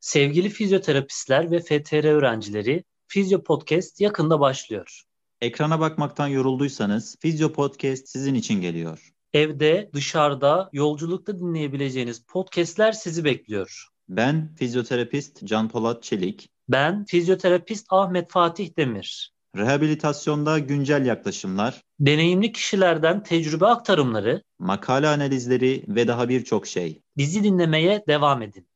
Sevgili fizyoterapistler ve FTR öğrencileri, Fizyo Podcast yakında başlıyor. Ekrana bakmaktan yorulduysanız Fizyo Podcast sizin için geliyor. Evde, dışarıda, yolculukta dinleyebileceğiniz podcastler sizi bekliyor. Ben fizyoterapist Can Polat Çelik. Ben fizyoterapist Ahmet Fatih Demir. Rehabilitasyonda güncel yaklaşımlar, Deneyimli kişilerden tecrübe aktarımları makale analizleri ve daha birçok şey. bizi dinlemeye devam edin.